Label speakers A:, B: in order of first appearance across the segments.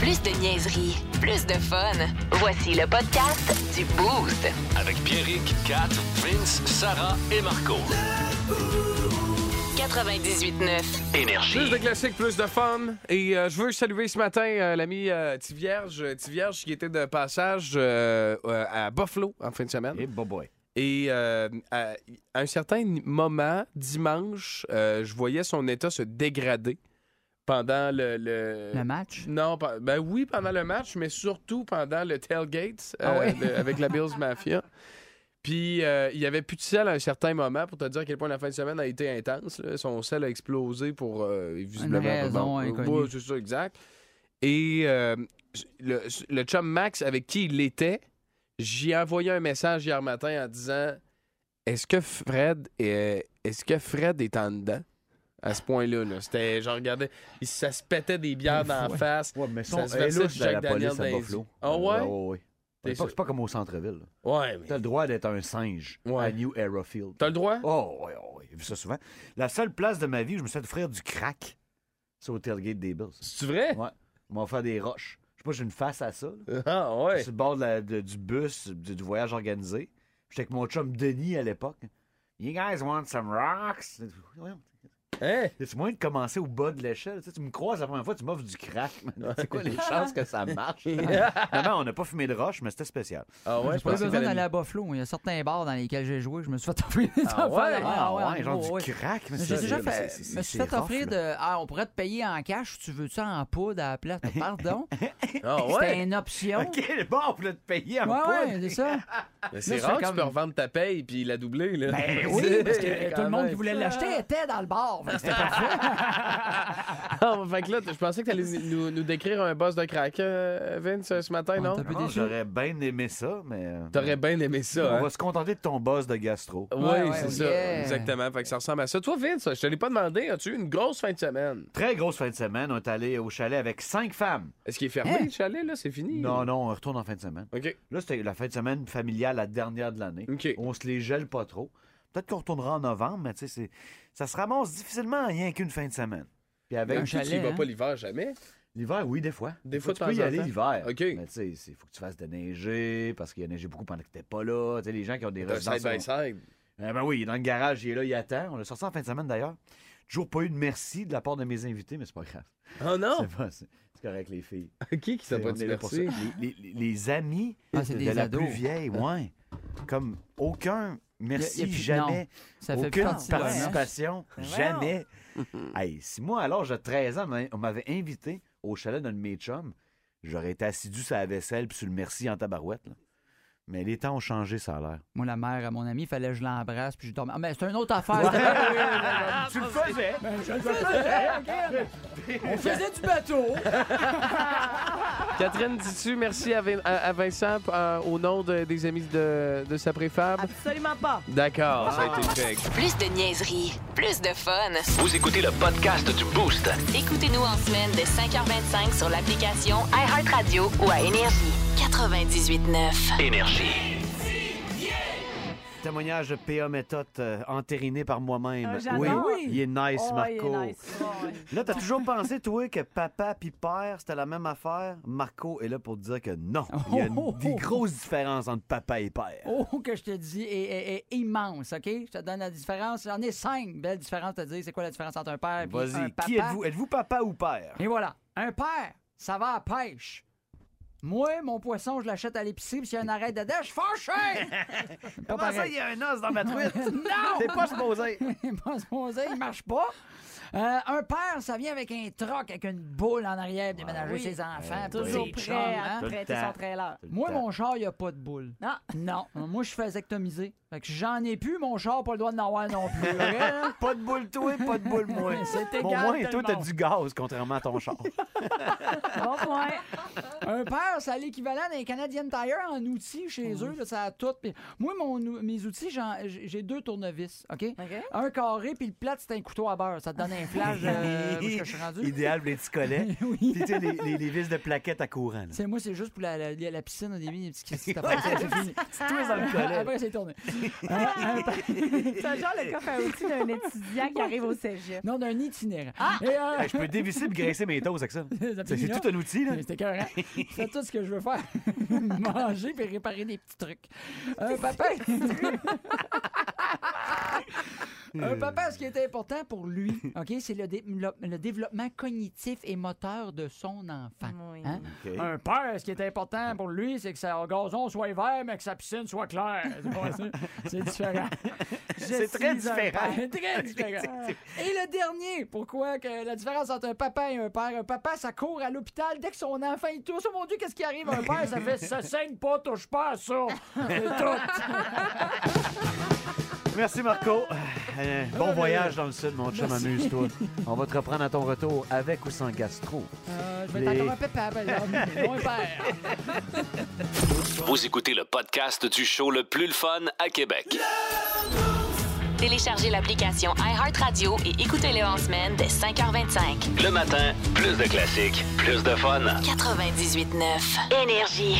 A: Plus de niaiserie, plus de fun. Voici le podcast du Boost.
B: Avec Pierrick, Kat, Vince, Sarah et Marco.
A: 98.9.
B: Énergie.
C: Plus de classiques, plus de fun. Et euh, je veux saluer ce matin euh, l'ami euh, Tivierge, euh, Tivierge qui était de passage euh, euh, à Buffalo en fin de semaine.
D: Et boboy.
C: Et euh, à, à un certain moment, dimanche, euh, je voyais son état se dégrader pendant le...
E: Euh,
C: le-
D: Le match.
C: Non, pe- ben oui, pendant le match, mais surtout pendant le tailgate
D: Ah
C: euh,
D: ouais.
C: de- avec la Bills Mafia. Puis euh, il y avait plus de sel à un certain moment pour te dire à quel point la fin de semaine a été intense. là. Son sel a explosé pour euh, visiblement
D: raison
C: bon, euh,
D: inconnue.
C: ouais, c'est ça exact. Et euh, le, le chum Max avec qui il était, j'ai envoyé un message hier matin en disant est-ce que Fred est, est-ce que Fred est en dedans à ce point-là là? c'était genre regardais il ça se pétait des bières dans la
D: Ouais.
C: face
E: Ouais, mais
C: Ça
E: ça,
C: se
E: elle est
C: versait
E: louche
C: du
E: de la
C: Jack Daniel
E: police à
C: dans les
E: Buffalo.
C: yeux. Ah ouais?
E: Ouais, ouais, ouais.
C: T'es
E: C'est pas,
C: sûr?
E: c'est pas comme au centre-ville. là.
C: ouais mais
E: T'as le droit d'être un singe
C: Ouais.
E: à New Era Field.
C: t'as le droit
E: Oh, ouais, ouais, ouais. J'ai vu ça souvent. La seule place de ma vie où je me suis fait offrir du crack, c'est au tailgate des Bills.
C: c'est vrai
E: Ouais. Ils m'ont offert des roches. Je sais pas, j'ai une face à ça. là.
C: ah
E: J'étais
C: ouais
E: Sur le bord de la- de- du bus, du, du voyage organisé. J'étais avec mon chum Denis à l'époque. You guys want some rocks? Voyons,
C: Hein?
E: C'est moyen de commencer au bas de l'échelle. Tu, sais, tu me croises la première fois, tu m'offres du crack. man. C'est quoi les chances que ça marche? Finalement, on n'a pas fumé de roche, mais c'était spécial.
C: ah ouais
D: J'ai
C: je
D: pas
C: pensais que
D: besoin d'aller
C: t'allais-
D: à Buffalo. Il y a certains bars dans lesquels j'ai joué, je me suis fait offrir des
C: Ah
D: affaires.
C: ouais?
E: hein?
D: Ah ouais, en
E: genre
D: gros, ouais.
E: du crack. Mais
D: J'ai
E: c'est-
D: déjà
E: c'est-
D: fait,
E: c'est- c'est-
D: me suis
E: c'est
D: fait offrir
E: rough, là.
D: de. Ah, on pourrait te payer en cash, tu veux ça en poudre à la plate. Pardon?
C: ah
D: C'était
C: ouais
D: une option.
E: OK, bon, vous l'êtes payé en
D: Ouais, ouais,
E: poudre.
D: c'est ça.
C: Mais c'est
D: Là,
C: rare
D: c'est
C: que tu
D: comme-
C: peux revendre ta paye puis la doubler là
D: Ben oui, parce que tout le monde qui
C: voulait
D: voulait l'acheter était dans le bar. Fait que c'était parfait.
C: Ah, fait que là, t- je pensais que t'allais nous, nous décrire un boss de crack, euh, Vince, ce matin,
D: On
C: non?
D: t'a- Un peu
E: Non,
D: déçu.
E: Ah, J'aurais bien aimé ça, mais... euh,
C: T'aurais bien aimé ça,
E: On
C: hein?
E: va se contenter de ton boss de gastro.
C: Oui,
D: Ouais, ouais,
C: c'est
D: ouais.
C: ça.
D: Yeah.
C: Exactement. Fait que ça ressemble à ça. Toi, Vince, je te l'ai pas demandé, as-tu eu une grosse fin de semaine?
E: Très grosse fin de semaine. On est allé au chalet avec cinq femmes.
C: Est-ce qu'il est fermé, le chalet, là? C'est fini?
E: Hein? Non, non, on retourne en fin de semaine.
C: OK.
E: Là, c'était la fin de semaine familiale, la dernière de l'année.
C: OK.
E: On se les gèle pas trop. Peut-être qu'on retournera en novembre, mais tu sais, c'est- ça se ramasse difficilement en rien qu'une fin de semaine. Puis avec
D: Un
C: Même si tu y
D: chalet,
C: vas
D: hein?
C: pas l'hiver, jamais.
E: l'hiver, oui, des fois.
C: Des fois,
E: tu
C: de
E: peux y
C: temps en
E: aller
C: temps.
E: l'hiver.
C: OK.
E: Mais tu sais, il faut que tu fasses déneiger parce qu'il a neigé beaucoup pendant que t'étais pas là. Tu sais, les gens qui ont des
C: Un
E: résidences.
C: side-by-side.
E: Ah ben oui, il est dans le garage, il est là, il attend. On l'a sorti en fin de semaine d'ailleurs. Toujours pas eu de merci de la part de mes invités, mais c'est pas grave.
C: Oh non!
E: C'est pas- c'est c'est correct, les filles.
C: Qui qui t'a pas
E: On
C: dit
E: est là pour
C: merci?
E: ça. Les, les- les amis
D: Ah, c'est
E: de
D: des
E: la
D: ados. Euh.
E: plus vieille, ouais. Comme aucun
D: Y
E: merci,
D: a- y a plus-
E: jamais.
D: Ça hein. fait plus
E: aucune
D: partie de la messe.
E: participation, Ben jamais. Hey, si moi, à l'âge de 13 ans, on m'avait invité au chalet d'un de mes chums, j'aurais été assidu sur la vaisselle puis sur le merci en tabarouette. là. Mais les temps ont changé, ça a l'air.
D: Moi, la mère à mon ami, il fallait que je l'embrasse puis je dormais. Ah, mais c'est une autre affaire. c'était pas-
E: Ah, tu le faisais!
D: On faisait du bateau.
C: Catherine, dis-tu merci à, Vin- à- à Vincent euh, au nom de- des amis de, de sa préfab?
F: Absolument pas. Ah!
C: D'accord, ça a été fait.
A: Plus de niaiserie, plus de fun.
B: Vous écoutez le podcast du Boost.
A: Écoutez-nous en semaine de 5h25 sur l'application iHeartRadio ou à Énergie. 98.9.
B: Énergie.
E: Témoignage de PA méthode euh, entériné par moi-même.
F: Ah, j'adore. Oui.
E: Il est nice,
F: Oh, il est
E: Marco.
F: nice. Oh, ouais.
E: Là, t'as toujours pensé, toi, que papa puis père, c'était la même affaire? Marco est là pour te dire que non. Il y
D: Oh, oh,
E: a une,
D: oh.
E: des grosses différences entre papa et père.
D: Oh, que je te dis est, est- est immense, OK? Je te donne la différence. J'en ai cinq belles différences à te dire. C'est quoi la différence entre un père et un
E: Vas-y,
D: papa?
E: qui êtes-vous? Êtes-vous papa ou père?
D: Et voilà. Un père, ça va à pêche. Moi, mon poisson, je l'achète à l'épicerie, puis s'il y a un arrêt dedans, je suis fâché! Pas
E: Comment ça,
D: pareil.
E: il y a un os dans ma truite?
D: Non!
E: T'es pas supposé.
D: Il va se poser, il marche pas. Euh, un père, ça vient avec un troc, avec une boule en arrière, pour déménager
F: Oui.
D: ses enfants. puis
F: Toujours
D: ses chums,
F: prêt à
D: hein.
E: Tout le
F: prêter
E: temps. Ah.
F: son trailer.
D: Moi, mon char, il n'y a pas de boule.
F: Non.
D: Non, moi, je suis vasectomisé. Fait que j'en ai plus, mon char, pas le droit de n'en avoir non plus. Hein?
E: Pas de boule toi, pas de boule moi.
F: C'est
E: Bon,
F: égal
E: moi et toi,
F: tellement.
E: t'as du gaz, contrairement à ton char.
F: Bon point.
D: un père, c'est à l'équivalent d'un Canadian Tire en outils chez eux. là, ça a tout. Puis Moi, mon, ou- mes outils, j'en- j'ai j'ai deux tournevis. OK?
F: OK.
D: Un carré, puis le plat, c'est un couteau à beurre. Ça te donne un flash euh, où est-ce que je suis rendu.
E: Idéal pour les petits collets. Puis, tu sais, les, les- les vis de plaquettes à courant. là.
D: C'est moi, c'est juste pour la, la- la- la piscine au début, les petits petits tapins, ça, c'est fini. Ah.
E: dans le collet.
D: Après, c'est tourné. Un- un pa-
F: C'est genre le coffre à outils d'un étudiant qui arrive au cégep.
D: non, d'un itinéraire. Et, euh,
E: Hey, Ben, je peux dévisser et graisser mes toasts avec ça.
D: ça
E: C'est
D: finit là.
E: c'est tout un outil, là.
D: C'était écœurant. C'est tout ce que je veux faire. Manger puis réparer des petits trucs. Un papa. Un papa, ce qui est important pour lui, ok, c'est le, dé- le- le développement cognitif et moteur de son enfant.
F: Oui.
D: Hein?
E: OK.
D: Un père, ce qui est important pour lui, c'est que son gazon soit vert, mais que sa piscine soit claire. C'est pas ça? C'est différent. Je
E: C'est très
D: suis un
E: différent.
D: père. très différent. Et le dernier, pourquoi que la différence entre un papa et un père, un papa, ça court à l'hôpital dès que son enfant il tousse. Oh mon Dieu, qu'est-ce qui arrive? Un père, ça fait ça saigne pas, touche pas à ça. C'est tout.
E: Merci, Marco. Euh, bon voyage dans le sud, mon chum. Amuse-toi. On va te reprendre à ton retour avec ou sans gastro.
D: Euh, je vais être
E: Les-
D: encore un papa, ben là. Non, un père.
B: Vous écoutez le podcast du show le plus le fun à Québec.
A: Téléchargez l'application iHeartRadio et écoutez-le en semaine dès 5h25.
B: Le matin, plus de classiques, plus de fun.
A: 98.9 Énergie.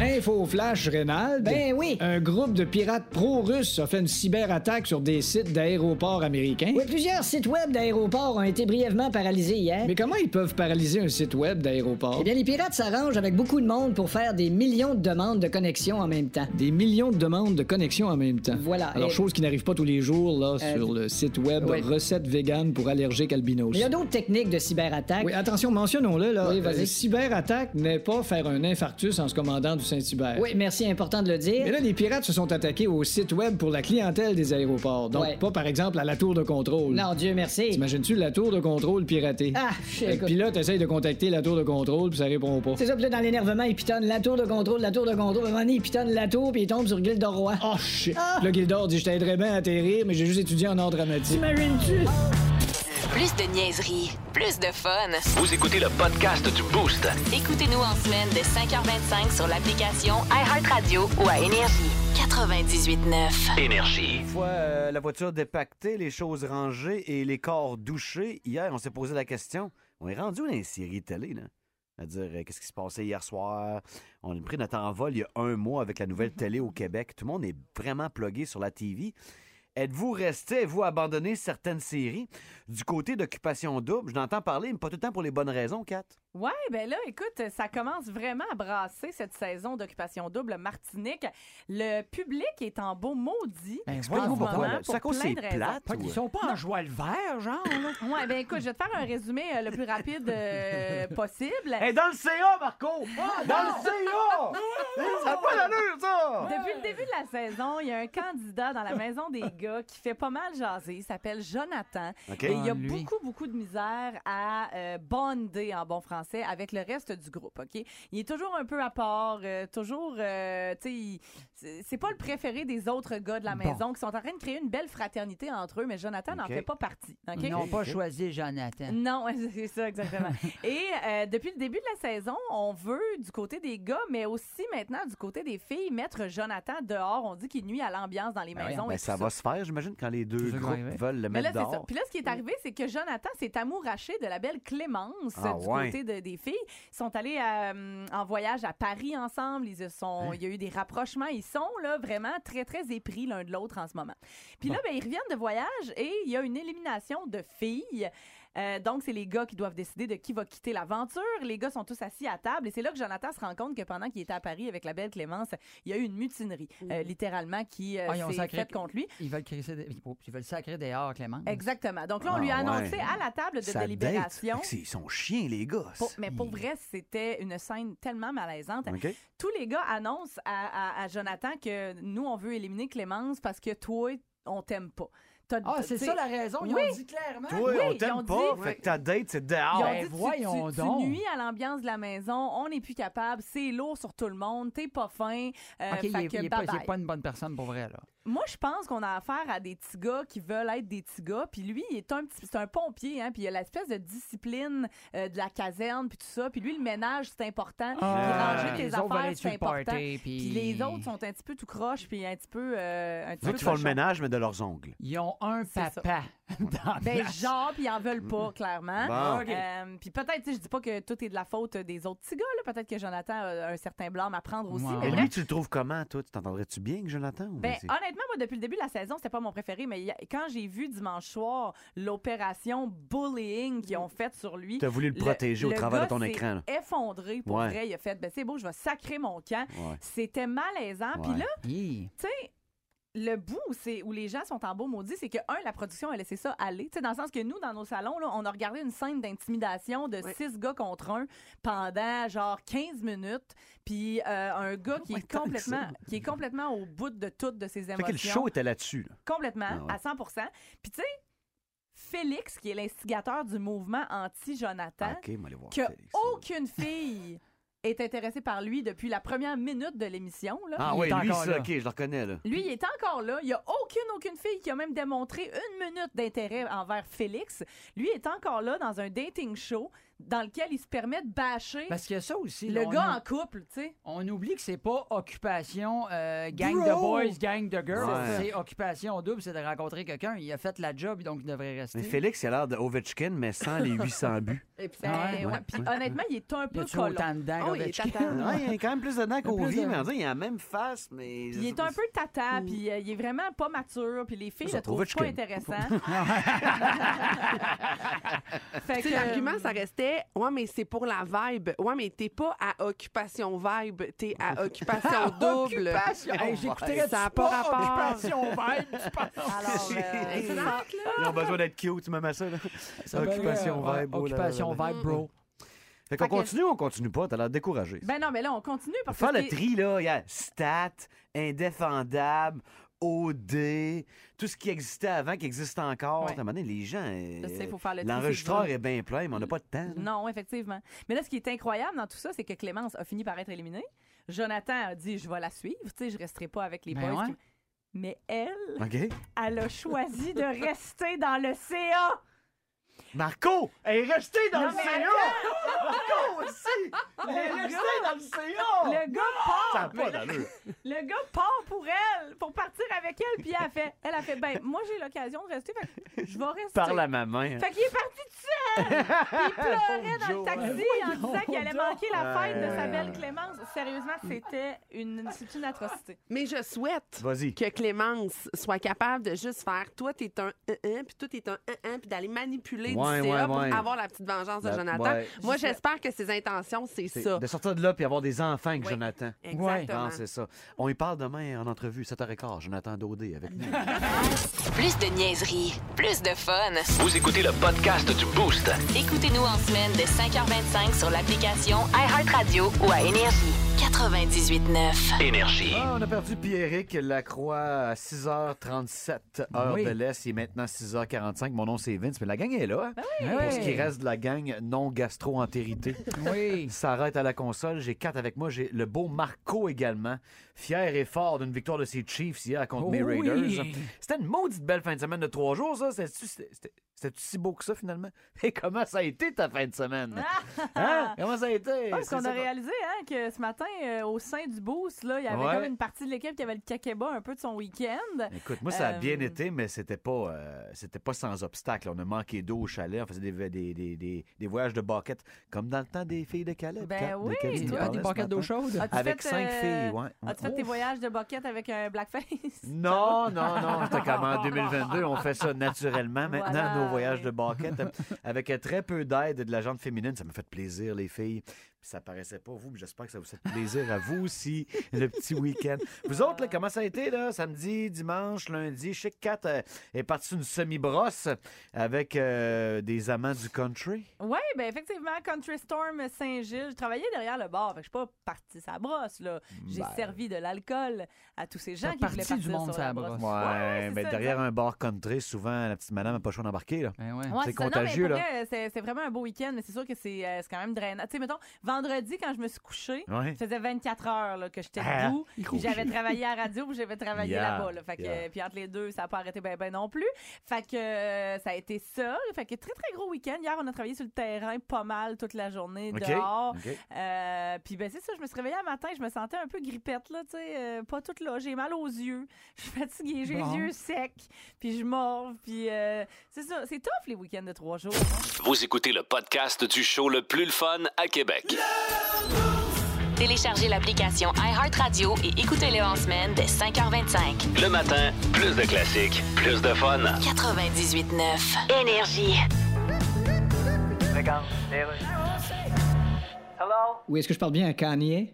G: Info flash Rénald. Ben oui. Un groupe de pirates pro-russes a fait une cyberattaque sur des sites d'aéroports américains.
H: Oui, plusieurs sites web d'aéroports ont été brièvement paralysés hier.
G: Mais comment ils peuvent paralyser un site web d'aéroport?
H: Eh bien, les pirates s'arrangent avec beaucoup de monde pour faire des millions de demandes de connexion en même temps.
G: Des millions de demandes de connexion en même temps.
H: Voilà,
G: Alors,
H: et- Euh,
G: chose qui n'arrive pas tous les jours, là, sur le site web
H: ouais.
G: Recettes vegan pour allergiques albinos.
H: Mais il y a d'autres techniques de cyberattaque.
G: Oui, attention, mentionnons-le, là.
H: Oui, vas-y.
G: Euh, cyberattaque n'est pas faire un infarctus en se commandant du Saint-Hubert.
H: Oui, merci, important de le dire.
G: Mais là, les pirates se sont attaqués au site web pour la clientèle des aéroports. Donc,
H: Ouais.
G: pas par exemple à la tour de contrôle.
H: Non, Oh, Dieu merci.
G: T'imagines-tu la tour de contrôle piratée?
H: Ah, je-
G: Fait que
H: écoute.
G: pilote essaye de contacter la tour de contrôle, puis ça répond pas.
H: C'est ça, puis là, dans l'énervement, il pitonne la tour de contrôle, la tour de contrôle. À un moment donné, il pitonne la tour, puis il tombe sur Ah! Gilles de Roy.
G: Oh shit! Là, Gildor dit Je t'aiderais bien à atterrir, mais j'ai juste étudié en art dramatique.
H: T'imagines-tu?
A: Plus de niaiserie, plus de fun.
B: Vous écoutez le podcast du Boost.
A: Écoutez-nous en semaine de 5h25 sur l'application iHeartRadio ou à Énergie. 98.9.
B: Énergie.
E: Une fois euh, la voiture dépactée, les choses rangées et les corps douchés, hier, on s'est posé la question on est rendu où dans les séries télé, là à dire, euh, qu'est-ce qui se passait hier soir? On a pris notre envol il y a un mois avec la
D: Mhm.
E: nouvelle télé au Québec. Tout le monde est vraiment plugué sur la TV. Êtes-vous resté, vous abandonné certaines séries? Du côté d'Occupation Double, je n'entends parler, mais pas tout le temps pour les bonnes raisons, Kat.
F: Ouais, ben là, écoute, ça commence vraiment à brasser cette saison d'occupation double Martinique. Le public est en beau maudit.
D: Ben,
F: en
E: Explique-nous
F: ce
E: pourquoi,
F: moment,
E: là. C'est à
F: pour
E: cause
F: plein
E: c'est
F: de raisons.
E: plate.
D: Fait qu'ils
E: ou-
D: sont pas en joie le vert, genre, là.
F: Ouais, ben écoute, je vais te faire un résumé euh, le plus rapide euh, possible.
E: Hey, Eh, dans le CA, Marco! dans le CA! ça n'a pas d'allure, ça!
F: Depuis le début de la saison, il y a un candidat dans la maison des gars qui fait pas mal jaser. Il s'appelle Jonathan.
E: OK.
F: Et il y a
D: Ah, lui.
F: beaucoup, beaucoup de misère à euh, bonder en bon français avec le reste du groupe. OK? Il est toujours un peu à part, euh, toujours. euh, tu sais, il- c'est c'est pas le préféré des autres gars de la
D: Bon.
F: maison qui sont en train de créer une belle fraternité entre eux, mais Jonathan n'en
E: OK.
F: fait pas partie. OK?
D: Ils n'ont pas choisi Jonathan.
F: Non, c'est ça, exactement. Et euh, depuis le début de la saison, on veut, du côté des gars, mais aussi maintenant du côté des filles, mettre Jonathan dehors. On dit qu'il nuit à l'ambiance dans les
D: Ben oui,
F: maisons.
E: Ben,
F: et tout
E: ça va se faire, j'imagine, quand les deux
D: ça qu'on
E: groupes
D: y va.
E: veulent le
F: mais là,
E: mettre
F: c'est ça.
E: dehors.
F: Puis là, ce qui est arrivé, c'est que Jonathan s'est amouraché de la belle Clémence
E: Ah
F: du
E: ouais.
F: côté de- des filles. Ils sont allés euh, en voyage à Paris ensemble. Ils se
E: Hein?
F: sont, Il y a eu des rapprochements. Ils sont là vraiment très, très épris l'un de l'autre en ce moment. Puis là, ben, ils reviennent de voyage et il y a une élimination de filles. Euh, donc, c'est les gars qui doivent décider de qui va quitter l'aventure. Les gars sont tous assis à table et c'est là que Jonathan se rend compte que pendant qu'il était à Paris avec la belle Clémence, il y a eu une mutinerie, euh, littéralement, qui euh,
D: Ah, ils ont
F: s'est
D: sacré-
F: faite contre lui.
D: Ils veulent, crisser des- Oups, ils veulent sacrer dehors, Clément.
F: Exactement. Donc là, on
E: Ah,
F: lui a
E: ouais.
F: annoncé à la table de
E: Ça
F: délibération.
E: date. Fait que c'est- Ils sont chiens, les gars.
F: Pour- mais pour vrai, c'était une scène tellement malaisante.
E: OK.
F: Tous les gars annoncent à, à- à Jonathan que nous, on veut éliminer Clémence parce que toi, on t'aime pas. T'as-
D: Ah, c'est
F: t'sais,
D: ça la raison. Ils
F: oui.
D: ont dit clairement.
E: Toi,
F: Oui,
E: on
F: ils ont
E: t'aime pas.
F: dit-
E: Fait que ta date, c'est dehors.
F: Ils ont
D: Ben,
F: dit, tu-
D: voyons
F: tu, tu
D: donc.
F: nuis à l'ambiance de la maison, on n'est plus capable, c'est lourd sur tout le monde, t'es pas fin. euh,
D: OK, il
F: fait
D: est,
F: que
D: il est pas,
F: bye-bye.
D: il est pas une bonne personne pour vrai, là.
F: Moi, je pense qu'on a affaire à des petits gars qui veulent être des petits gars. Puis lui, il est un petit, c'est un pompier, hein. Puis il a l'espèce de discipline euh, de la caserne, puis tout ça. Puis lui, le ménage, c'est important.
E: Ah.
F: puis ranger tes
D: les autres veulent
F: affaires,
D: aller sur
F: c'est
D: le
F: important.
D: party, puis...
F: Puis les autres sont un petit peu tout croche, puis un petit peu. euh, un petit
E: Ceux
F: peu
E: qui font le
F: cochons.
E: ménage, mais de leurs ongles.
D: Ils ont un
F: C'est ça.
D: papa dans la
F: Ben,
D: place.
F: genre, puis ils en veulent pas, clairement.
E: Bon.
D: Ok.
F: Euh, puis peut-être, tu sais, je dis pas que tout est de la faute des autres petits gars, là. Peut-être que Jonathan a un certain blâme à prendre aussi.
D: Ouais,
F: mais
E: Mais
D: ouais.
F: bref,
E: lui, tu le trouves comment, toi? Tu t'entendrais-tu bien que Jonathan? ou
F: Ben,
E: c'est-
F: honnêtement, moi, depuis le début de la saison, c'était pas mon préféré, mais il y a- quand j'ai vu dimanche soir l'opération bullying qu'ils ont faite sur lui.
E: T'as voulu le protéger au travers
F: gars
E: de ton
F: s'est
E: écran. là.
F: effondré pour
E: Ouais.
F: vrai. Il a fait, ben, c'est beau, je vais sacrer mon camp.
E: Ouais.
F: C'était malaisant. Puis
E: Ouais.
F: là,
D: Hi.
F: tu sais, le bout où, c'est- où les gens sont en beau maudit, c'est que, un, la production a laissé ça aller. Tu sais, dans le sens que nous, dans nos salons, là, on a regardé une scène d'intimidation de six gars contre un pendant genre 15 minutes. Puis euh, un gars qui,
E: Ouais,
F: est
E: tant que ça.
F: complètement, qui est complètement au bout de toutes de ses
E: Fait
F: émotions.
E: que le show était là-dessus. là.
F: Complètement,
E: Ah ouais.
F: à 100 Puis tu sais, Félix, qui est l'instigateur du mouvement anti-Jonathan,
E: OK, on va aller voir.
F: que
E: Ah, Félix.
F: aucune fille est intéressée par lui depuis la première minute de l'émission. là.
E: Ah
D: Il
E: oui,
D: est
E: lui,
D: encore
E: ça,
D: là.
E: OK, je le reconnais, là.
F: Lui, il est encore là. Il n'y a aucune, aucune fille qui a même démontré une minute d'intérêt envers Félix. Lui est encore là dans un dating show dans lequel il se permet de bâcher
D: Parce qu'il y a ça aussi. là,
F: le
D: on,
F: gars en couple, tu sais.
D: on oublie que c'est pas occupation euh, gang
F: Bro!
D: de boys, gang de girls.
E: Ouais.
D: C'est occupation double, c'est de rencontrer quelqu'un. Il a fait la job, donc il devrait rester.
E: Mais Félix, il a l'air de Ovechkin, mais sans les 800 buts.
F: Et puis,
D: Ah ouais?
F: euh, ouais. Puis, honnêtement, il est un
D: Il y
F: peu
D: a tu
F: collant.
D: autant de dents
F: Oh, il est
D: qu'Ovechkin?
F: tatant.
E: Ouais, il a quand même plus de dents
D: Il a plus
E: qu'Ovi,
D: de-
E: mais on dirait, il a la même face, mais...
F: Puis il est un peu tata, puis euh, il est vraiment pas mature, puis les filles
E: Ça
F: le trouvent
E: trouve
F: pas
E: chicken.
F: intéressant. fait
I: Tu sais,
F: que, euh,
I: L'argument, ça restait Ouais, mais c'est pour la vibe. Ouais, mais t'es pas à occupation vibe, t'es à occupation double.
D: Occupation!
E: Eh,
D: Hey, J'écouterais
I: Ça a
D: du
I: pas
D: sport,
I: rapport.
D: Occupation Vibe, tu penses?
F: Alors, euh,
I: Exact, là.
E: Ah, Ils ont besoin d'être cute, même à ça, là.
D: Ça s'appelle,
E: Occupation
D: euh,
E: vibe, oh là là
D: Occupation
E: là
D: Vibe, bro.
E: Fait qu'on
F: Fait que-
E: continue ou on continue pas? T'as l'air découragé.
F: ben non, mais là, on continue
E: Faut
F: parce que.
E: faire le
F: c'est-
E: tri, là. Il y a stat, indéfendable, OD, tout ce qui existait avant, qui existe encore.
F: Ouais.
E: À un moment donné, les gens. euh,
F: Je sais, faut faire le tri,
E: L'enregistreur
F: c'est dur.
E: est bien plein, mais on n'a pas de temps. là.
F: Non, effectivement. Mais là, ce qui est incroyable dans tout ça, c'est que Clémence a fini par être éliminée. Jonathan a dit Je vais la suivre, tu sais, je resterai pas avec les
D: Ben
F: boys.
D: ouais.
F: qui- Mais elle,
E: OK?
F: elle a choisi de rester dans le CA.
E: Marco! Elle est restée dans
F: Non,
E: le
F: mais
E: CA! Marco aussi! Elle est restée dans le CA!
F: Le gars part.
E: Oh, Ça n'a pas d'allure.
F: Le gars part pour elle, pour partir avec elle, puis elle a fait, elle a fait, ben moi j'ai l'occasion de rester, fait que je vais rester.
E: Parle à ma main.
F: Fait qu'il est parti tout seul. Puis Il pleurait dans
E: hein.
F: le taxi en disant qu'il allait manquer la fête de sa
E: Euh.
F: belle Clémence. Sérieusement, c'était une, c'est une atrocité.
I: Mais je souhaite
E: Vas-y.
I: que Clémence soit capable de juste faire toi, t'es un 1 puis toi, t'es un 1 puis d'aller manipuler
E: Ouais,
I: du CA
E: ouais,
I: pour
E: ouais.
I: avoir la petite vengeance de
E: La-
I: Jonathan.
E: ouais.
I: Moi, j'espère que ses intentions, c'est
E: C'est
I: ça.
E: De sortir de là puis avoir des enfants avec
I: Oui.
E: Jonathan.
I: Exactement.
E: Non, c'est ça. On y parle demain en entrevue, 7h15. Jonathan Daudé avec nous.
A: Plus de niaiserie, plus de fun.
B: Vous écoutez le podcast du Boost.
A: Écoutez-nous en semaine de 5h25 sur l'application iHeartRadio ou à Énergie. 98.9.
B: Énergie.
E: Ah, on a perdu Pierrick Lacroix à 6h37, heure
D: Oui.
E: de l'Est. Il est maintenant 6h45. Mon nom, c'est Vince, mais la gang est là.
F: Ah
E: hein, Pour ce qui reste de la gang non gastro-entérité.
D: Oui.
E: Sarah est à la console. J'ai quatre avec moi. J'ai le beau Marco également. Fier et fort d'une victoire de ses Chiefs hier contre mes
D: Oh Oui.
E: Raiders. C'était une maudite belle fin de semaine de trois jours, ça. C'était-tu c'était- c'était-tu si beau que ça, finalement? Et comment ça a été ta fin de semaine?
F: Ah,
E: Hein? Comment ça a été?
F: Parce
E: C'est
F: qu'on a
E: ça,
F: réalisé hein, que ce matin, euh, au sein du boost, là, il y avait
E: Ouais.
F: comme une partie de l'équipe qui avait le kakeba un peu de son week-end.
E: Écoute, moi, ça a bien
F: Euh,
E: été, mais c'était pas, euh, c'était pas sans obstacle. On a manqué d'eau au chalet, on faisait des, des, des, des, des voyages de bucket, comme dans le temps des filles de Caleb.
F: Ben
E: Kat, de
F: oui,
E: Kat, tu
F: Et
E: nous
F: toi,
D: Ah,
E: parlais
D: des
E: ce
D: paquets d'eau
E: matin.
D: chaude.
F: As-tu
E: Avec
F: fait,
E: cinq
F: euh,
E: filles, ouais.
F: As-tu fait tes
E: Ouf.
F: voyages de bucket avec un blackface?
E: Non, non, non, c'était comme en 2022, on fait ça naturellement maintenant,
F: Voilà.
E: nos voyages de bucket, avec euh, très peu d'aide de la gente féminine. Ça m'a fait plaisir, les filles. Puis ça paraissait pas à vous, mais j'espère que ça vous fait plaisir à vous aussi, le petit week-end. Vous autres, là, comment ça a été, là, samedi, dimanche, lundi? Chic Cat euh, est parti sur une semi-brosse avec euh, des amants du country.
F: Oui, ben effectivement, Country Storm Saint-Gilles. Je travaillais derrière le bar, fait que je suis pas partie sa brosse, là. J'ai
E: Ben.
F: servi de l'alcool à tous ces gens
D: T'as
F: qui voulaient
D: parti
F: partir
D: du monde
F: sur
D: sa
F: la
D: brosse.
F: brosse.
E: Ouais, mais
F: ça,
E: derrière un bar country, souvent, la petite madame n'a pas le choix d'embarquer, là.
D: Ben ouais.
F: Ouais,
E: C'est
F: ça. Non, mais
E: contagieux,
F: pour
E: là.
F: vrai, C'est c'est vraiment un beau week-end, mais c'est sûr que c'est euh, c'est quand même drainant. Tu sais, mettons, vendredi, quand je me suis couchée,
E: Ouais.
F: ça faisait 24 heures là, que j'étais
E: Ah,
F: debout.
E: il
F: Puis j'avais
E: rougit.
F: travaillé à la radio, puis j'avais travaillé
E: Yeah,
F: là-bas. là. Fait que,
E: yeah.
F: Puis entre les deux, ça n'a pas arrêté ben, ben non plus. Fait que euh, ça a été ça. Fait que très, très gros week-end. Hier, on a travaillé sur le terrain pas mal toute la journée
E: OK.
F: dehors.
E: OK.
F: Euh, puis ben c'est ça, je me suis réveillée un matin, je me sentais un peu grippette là, tu sais, euh, pas toute là, j'ai mal aux yeux, je suis fatiguée, j'ai
D: Bon.
F: les yeux secs, puis je morve, puis euh, c'est ça, c'est tough les week-ends de trois jours. hein.
B: Vous écoutez le podcast du show le plus le fun à Québec.
A: Téléchargez l'application iHeartRadio et écoutez-le en semaine dès 5h25.
B: Le matin, plus de classiques, plus de fun.
A: 98.9 Énergie.
H: Oui, est-ce que je parle bien à Kanye?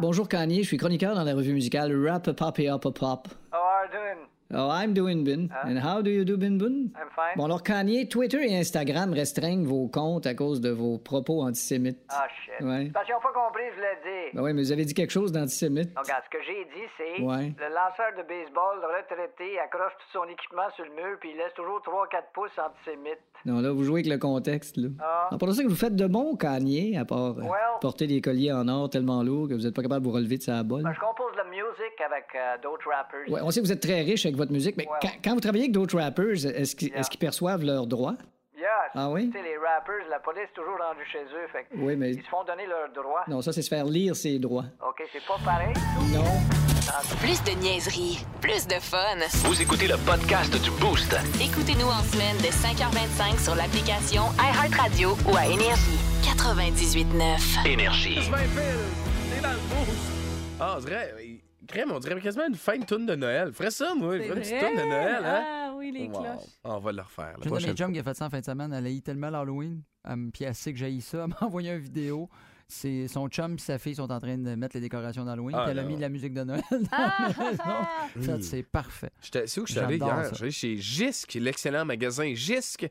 H: Bonjour Kanye, je suis chroniqueur dans la revue musicale Rap a Pop et Up a Pop.
J: How are you doing?
H: Oh, I'm doing bin. And how do you do bin bin?
J: I'm fine.
H: Bon alors Kanye, Twitter et Instagram restreignent vos comptes à cause de vos propos antisémites.
J: Ah, shit.
H: Ouais.
J: Parce qu'ils n'ont pas compris, je l'ai dit.
H: Ben oui, mais vous avez dit quelque chose d'antisémite.
J: Donc, regarde, ce que j'ai dit, c'est
H: Ouais.
J: le lanceur de baseball retraité accroche tout son équipement sur le mur puis il laisse toujours 3-4 pouces antisémites.
H: Non, là, vous jouez avec le contexte, là.
J: Ah.
H: C'est pour ça que vous faites de bons Kanye, à part euh, porter des colliers en or tellement lourds que vous n'êtes pas capable de vous relever de sa bolle.
J: Ben, je compose de la musique avec euh, d'autres rappers.
H: Ouais, on sait que vous êtes très riche avec votre musique, mais quand, quand vous travaillez avec d'autres rappers, est-ce qu'ils est-ce qu'ils perçoivent leurs droits?
J: Yes.
H: Ah oui?
J: Tu sais, les rappers, la police est toujours rendue chez eux. Fait que
H: Oui, mais-
J: Ils se font donner leurs droits.
H: Non, ça, c'est se faire lire ses droits.
J: OK, c'est pas pareil.
A: Plus de niaiserie, plus de fun.
B: Vous écoutez le podcast du Boost.
A: Écoutez-nous en semaine dès 5h25 sur l'application iHeartRadio ou à Énergie. 98.9
B: Énergie.
C: Ah, on dirait. Crème, on dirait quasiment une fin de tune de Noël. Ferais ça, moi, une
F: C'est
C: petite
F: vrai?
C: tune de Noël, hein?
F: Ah oui, les
C: Wow.
F: cloches.
C: Ah, on va le refaire. La
K: J'ai un de mes
C: prochaine
K: chums qui a fait ça en fin de semaine. Elle a eu tellement l'Halloween, euh, puis elle sait que j'ai ça. Elle m'a envoyé une vidéo. C'est son chum et sa fille sont en train de mettre les décorations d'Halloween.
C: Ah,
K: puis elle a
C: là, Hmm.
K: mis de la musique de Noël. dans la
F: Ah!
K: maison. Ça, c'est parfait.
C: J'étais, c'est où que je suis allé
K: J'adore
C: hier?
K: ça.
C: Je suis allé chez Gisque, l'excellent magasin Gisque.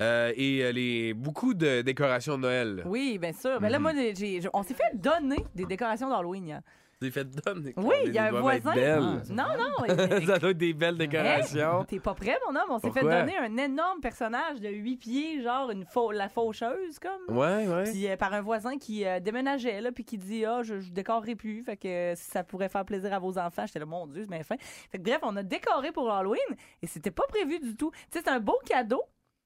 C: euh, et euh, les, beaucoup de décorations de Noël.
F: Oui, bien sûr.
C: Mm.
F: Mais là, moi, j'ai- j'ai- on s'est fait donner des décorations d'Halloween. hein.
C: J'ai fait donner.
F: Oui, il y a un voisin. Ah,
C: Belle.
F: Non, non.
C: ça doit être des belles décorations.
F: Hey, T'es pas prêt, mon homme? On s'est fait
C: Pourquoi?
F: donner un énorme personnage de huit pieds, genre une fau- la faucheuse, comme.
C: Ouais, ouais.
F: Puis euh, par un voisin qui euh, déménageait, là, puis qui dit Ah, je, je décorerai plus. Fait que euh, si ça pourrait faire plaisir à vos enfants, j'étais là, mon Dieu, mais fin. Fait que bref, on a décoré pour Halloween et c'était pas prévu du tout. Tu sais, c'est un beau cadeau,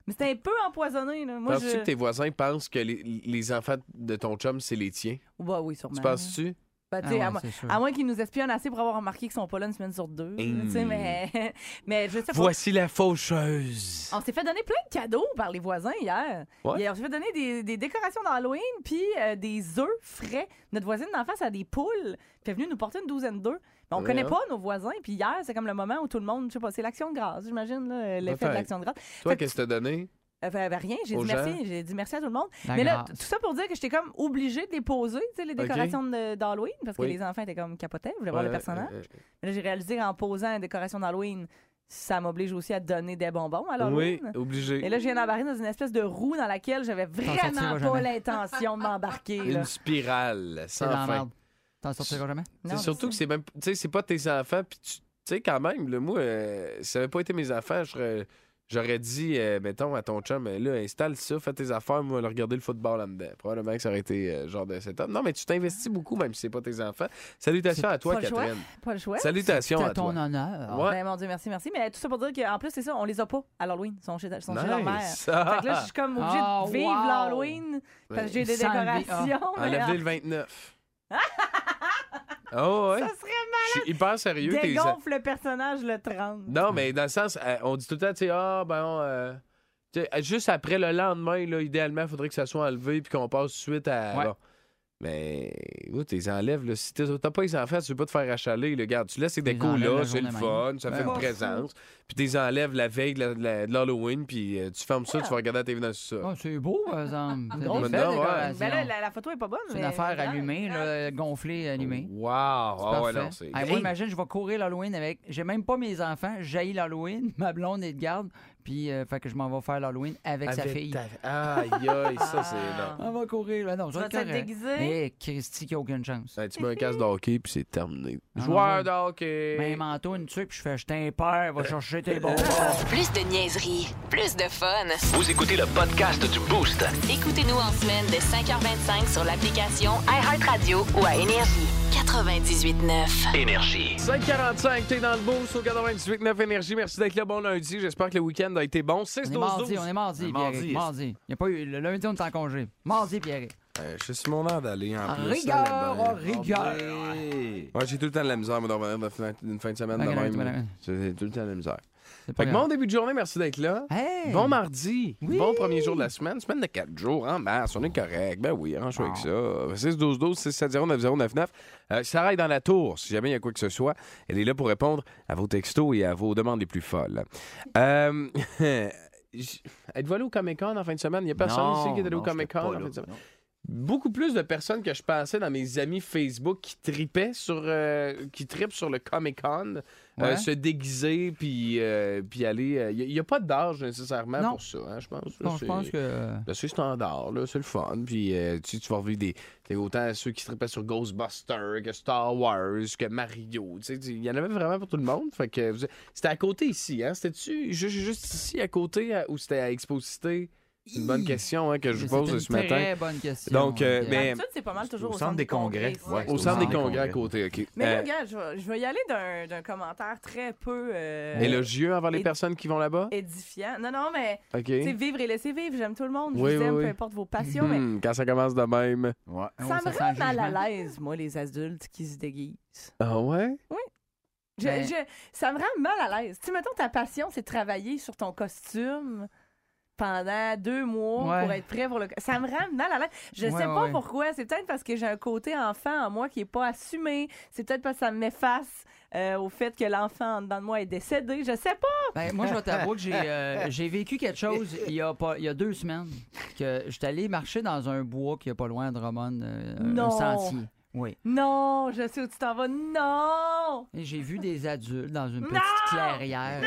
F: mais c'était un peu empoisonné, là. Moi,
C: Penses-tu
F: je.
C: que tes voisins pensent que les, les enfants de ton chum, c'est les tiens?
F: Bah oui, sûrement.
C: Tu penses-tu?
F: Ben, tu
K: Ah
F: sais, à,
K: ouais,
F: moins-
K: c'est sûr.
F: à moins qu'ils nous espionnent assez pour avoir remarqué qu'ils sont pas là une semaine sur deux.
C: Hey.
F: Tu sais, mais. mais je sais pas.
C: Voici la faucheuse.
F: On s'est fait donner plein de cadeaux par les voisins hier.
C: Ouais.
F: Hier, On s'est fait donner des, des décorations d'Halloween, puis euh, des œufs frais. Notre voisine d'en face a des poules, puis elle est venue nous porter une douzaine d'œufs. Mais on
C: Ouais,
F: connaît
C: hein?
F: pas nos voisins, puis hier, c'est comme le moment où tout le monde, je sais pas, c'est l'action de grâce, j'imagine, là, l'effet de
C: Peut-être.
F: l'action de grâce.
C: Toi,
F: Fait que-
C: qu'est-ce que t'as donné?
F: Euh, ben, ben, rien, j'ai
C: Ben, Aux
F: dit
C: gens.
F: merci, j'ai dit merci à tout le monde.
K: La
F: Mais là,
K: grâce.
F: tout ça pour dire que j'étais comme obligée de déposer tu sais, les
C: Ok.
F: décorations de- d'Halloween, parce que
C: Oui.
F: les enfants étaient comme capotaient, voulaient voir
C: Ouais,
F: le personnage.
C: euh,
F: Mais là, j'ai réalisé qu'en posant une décoration d'Halloween, ça m'oblige aussi à donner des bonbons à
C: euh,
F: l'Halloween.
C: oui, obligé.
F: Et là, je viens d'embarquer dans une espèce de roue dans laquelle j'avais vraiment
K: sortiras
F: pas
K: jamais.
F: l'intention de m'embarquer. là.
C: Une spirale
K: C'est dans
C: sans
K: la
C: fin.
K: merde. T'en sortiras jamais?
F: Non,
C: C'est surtout que c'est même, tu sais, c'est pas tes enfants, puis tu tu sais quand même, là, moi, euh, si ça avait pas été mes enfants, j'aurais, j'aurais dit, euh, mettons à ton chum, euh, là, installe ça, fais tes affaires, moi, aller regarder le football là dedans. Probablement que ça aurait été euh, genre de setup. Non, mais tu t'investis beaucoup, même si c'est pas tes enfants. Salutations à toi,
F: pas le choix.
C: Catherine.
F: Pas le choix.
C: Salutations
K: C'est
C: à
K: à ton
C: toi.
K: honneur.
C: Ouais.
F: Ben, mon Dieu, merci, merci. Mais tout ça pour dire qu'en plus, c'est ça, on les a pas à l'Halloween. Ils sont chez, ils sont chez leur mère.
C: Nice.
F: Fait que là, je suis comme obligée
K: Oh,
F: de vivre
K: wow. ah.
F: l'Halloween parce que j'ai des
K: Sans le- Oh
F: décorations. mais,
C: Enlève-les
F: euh,
C: le 29. oh, ouais.
F: ça serait
C: Je suis hyper sérieux.
F: mal.
C: tes-
F: Dégonfle le personnage le 30.
C: Non, mais dans le sens, euh, on dit tout le temps, tu sais, ah, ben, on, euh, tu sais, euh, juste après le lendemain, là, idéalement, il faudrait que ça soit enlevé puis qu'on passe tout de suite à.
K: Ouais.
C: bon. Mais, oui, tu les enlèves, là. Si t'es- t'as pas les enfants, tu veux pas te faire achaler, là. Regarde, tu laisses les
K: Tu les
C: décos
K: enlèves
C: là,
K: la
C: c'est le
K: journée
C: fun, ça
K: Ben
C: fait une
K: ouais.
C: présence. Puis tu les enlèves la veille de la- de la- de l'Halloween, puis euh, tu fermes ça, tu vas regarder la TV dans ça.
K: Ah, c'est beau, par exemple. C'est
C: Non,
K: des
C: mais
K: belles
C: non, ouais.
K: décorations.
F: Ben là, la, la photo est pas bonne.
K: C'est
F: mais-
K: une affaire
F: mais-
K: allumée, là, gonflée, allumée.
C: Wow! Ah ouais,
K: Parfait.
C: non, c'est.
K: Hey, moi, imagine, je vais courir l'Halloween avec. J'ai même pas mes enfants, j'ai l'Halloween, ma blonde est de garde, Puis, euh, fait que je m'en vais faire l'Halloween avec, sa
C: Avec
K: fille.
C: ta- Aïe, aïe, ça, c'est long.
K: On va courir. Ben non,
C: Tu
K: ça va
C: vas
K: être
C: te
K: correct.
C: déguiser?
K: Mais Christy qui a aucune chance.
C: Hey, tu mets un casque de hockey, puis c'est terminé.
K: Non,
C: Joueur
K: non,
C: de hockey.
K: Mais un manteau, une tuque, puis je fais Je un père,
C: Euh,
K: va chercher tes bonbons.
A: Plus de niaiserie, plus de fun.
B: Vous écoutez le podcast du Boost.
A: Écoutez-nous en semaine de 5h25 sur l'application iHeartRadio ou à Énergie. 98.9.
B: Énergie.
C: 545, t'es dans le boost au 98.9 Énergie. Merci d'être là. Bon lundi. J'espère que le week-end a été bon. 6 12
K: On est mardi, on est mardi, Pierre.
C: Euh, Mardi.
K: Mardi. Il y a pas eu, le lundi, on est en congé. Mardi, Pierre.
C: Euh, je suis sur mon heure d'aller en
K: En
C: plus.
K: rigueur,
C: ça,
K: en
C: là-dedans.
K: rigueur.
C: Ah, ben Ouais, j'ai tout le temps de la misère, moi, d'en revenir de fin- d'une fin de semaine de
K: Ok,
C: même.
K: ok,
C: là.
K: ok.
C: J'ai tout le temps de la misère. Fait
K: pas
C: que
K: grave.
C: bon début de journée, merci d'être là. Bon mardi. Bon premier jour de la semaine. Semaine de 4 jours en mars. On est correct. Ben oui, range avec ça.
E: Ah.
C: 6-12-12, 670-9099. Euh, Sarah est dans la tour, si jamais il y a quoi que ce soit. Elle est là pour répondre à vos textos et à vos demandes les plus folles. Euh, j- Êtes-vous allé au Comic-Con en fin de semaine? Il n'y a personne
E: Non,
C: ici qui est allé au
E: non, j'étais
C: Comic-Con
E: pas
C: en
E: là,
C: fin de semaine? beaucoup plus de personnes que je pensais dans mes amis Facebook qui tripaient sur euh, qui tripent sur le Comic Con euh,
K: Ouais.
C: se déguiser puis euh, puis aller il n'y a, pas d'âge nécessairement
K: Non.
C: pour ça hein, je pense
K: Non, je
C: c'est-
K: pense que-
C: là, c'est standard là, c'est le fun puis euh, tu, tu vas revivre des, des- autant ceux qui tripaient sur Ghostbusters que Star Wars que Mario tu sais, tu- il y en avait vraiment pour tout le monde fait que vous- c'était à côté ici hein c'était tu juste, juste ici à côté à- ou c'était à Exposité c'est une bonne question hein, que je vous
K: C'était
C: pose
K: une
C: ce matin.
K: très bonne question.
C: Donc, euh,
K: Ok.
C: mais
F: D'habitude, c'est pas mal toujours
C: au
F: au,
C: centre des congrès.
F: ça.
C: au centre des congrès à côté, OK.
F: Mais là,
C: Euh,
F: regarde, je vais, je vais y aller d'un d'un commentaire très peu. euh,
C: Élogieux envers les
F: éd-
C: personnes qui vont là-bas?
F: Édifiant. Non, non, mais.
C: OK.
F: tu sais, vivre et laisser vivre. J'aime tout le monde.
C: Oui,
F: je vous
C: oui,
F: aime,
C: oui.
F: peu importe vos passions. mais
C: Hmm, Quand ça commence de même.
E: Ouais.
F: ça me rend mal à l'aise, moi, les adultes qui se déguisent.
C: Ah ouais?
F: Oui. Je-
K: Ben
C: Mais-
F: je- ça me rend mal à l'aise. Tu sais, mettons, ta passion, c'est de travailler sur ton costume pendant deux mois
K: Ouais.
F: pour être prêt pour le. Ça me rend mal à l'aise. Je
K: Ouais,
F: sais pas
K: ouais.
F: pourquoi. C'est peut-être parce que j'ai un côté enfant en moi qui est pas assumé. C'est peut-être parce que ça m'efface euh, au fait que l'enfant en dedans de moi est décédé. Je sais pas.
K: Ben, moi, je vais t'avouer que j'ai, euh, j'ai vécu quelque chose il y, a pas, il y a deux semaines. que J'étais allé marcher dans un bois qui est pas loin de Drummond, euh, un-
F: Non.
K: un sentier. Oui.
F: Non, je sais où tu t'en vas. Non!
K: Et j'ai vu des adultes dans une
F: Non!
K: petite clairière.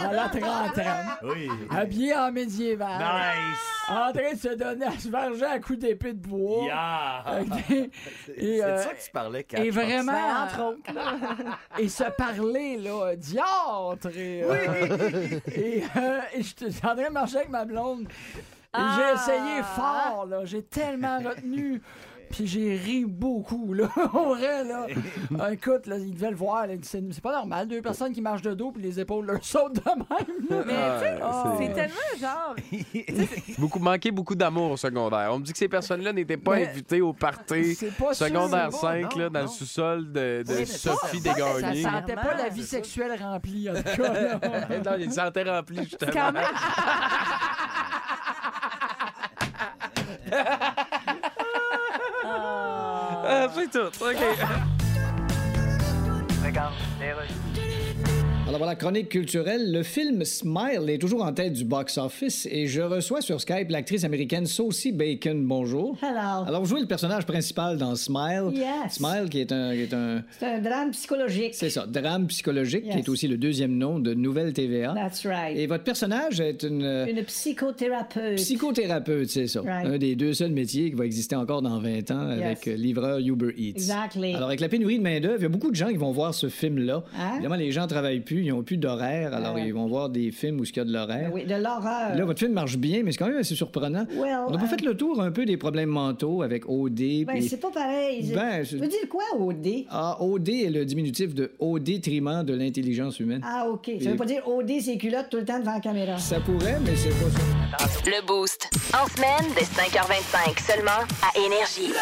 D: Dans la trentaine.
E: Oui.
D: Habillé en médiéval.
E: Nice.
D: En train de se donner à se verger à coups d'épée de bois.
C: Ah.
D: Et,
E: C'est de
D: euh,
E: ça que tu parlais, Kat.
D: Et
E: je pense.
D: vraiment,
F: Ben, entre autres,
D: et se parler, là, diantre. Et, euh, et, euh, et je suis en train de marcher avec ma blonde. Et
F: Ah.
D: J'ai essayé fort, là. J'ai tellement retenu. Puis j'ai ri beaucoup, là. Au vrai, là. Ah, écoute, là, ils devaient le voir. là, C'est c'est pas normal. Deux personnes qui marchent de dos, puis les épaules leur sautent de même. là.
F: Mais tu sais,
C: Ah,
F: c'est
C: c'est-
F: tellement genre.
C: Beaucoup manqué beaucoup d'amour au secondaire. On me dit que ces personnes-là n'étaient pas
F: Mais-
C: invitées au party
D: C'est pas sûr,
C: secondaire
D: c'est
C: 5
E: bon,
C: là,
E: non,
C: dans le
E: non.
C: sous-sol de, de
D: Oui, mais
C: Sophie
D: pas- pas-
C: Desgagnés.
D: Ça sentait pas la vie sexuelle remplie, en tout cas. là.
C: non, il sentait rempli justement.
F: Quand même.
C: Ah, c'est tout. OK.
G: Alors voilà, chronique culturelle. Le film Smile est toujours en tête du box-office et je reçois sur Skype l'actrice américaine Saucy Bacon. Bonjour.
L: Hello.
G: Alors, vous jouez le personnage principal dans Smile.
L: Ah. Yes.
G: Smile qui est un... qui est un-
L: C'est un drame psychologique.
G: C'est ça, drame psychologique, qui
L: Yes.
G: est aussi le deuxième nom de Nouvelle TVA.
L: That's right.
G: Et votre personnage est une... euh,
L: Une psychothérapeute.
G: Psychothérapeute, c'est ça.
L: Right.
G: Un des deux seuls métiers qui va exister encore dans 20 ans
L: Yes.
G: avec euh, livreur Uber Eats.
L: Exactly.
G: Alors, avec la pénurie de main-d'œuvre, il y a beaucoup de gens qui vont voir ce film-là.
L: Hein?
G: Évidemment, les gens travaillent plus, ils n'ont plus d'horaire, alors
L: ouais.
G: ils vont voir des films où il y a de l'horaire.
L: oui, de l'horreur.
G: Là, votre film marche bien, mais c'est quand même assez surprenant.
L: Well,
G: On n'a pas
L: euh,
G: fait le tour un peu des problèmes mentaux avec OD.
L: Ben,
G: puis-
L: c'est pas pareil. Je-
G: Ben,
L: Tu
G: je-
L: veux dire quoi,
F: é
L: OD?
G: Ah, OD est le diminutif de au détriment de l'intelligence humaine.
L: Ah, OK. Ça veut pas dire OD, c'est culotte tout le temps devant la caméra.
G: Ça pourrait, mais c'est pas ça.
A: Le Boost. En semaine de 5h25 seulement à Énergie.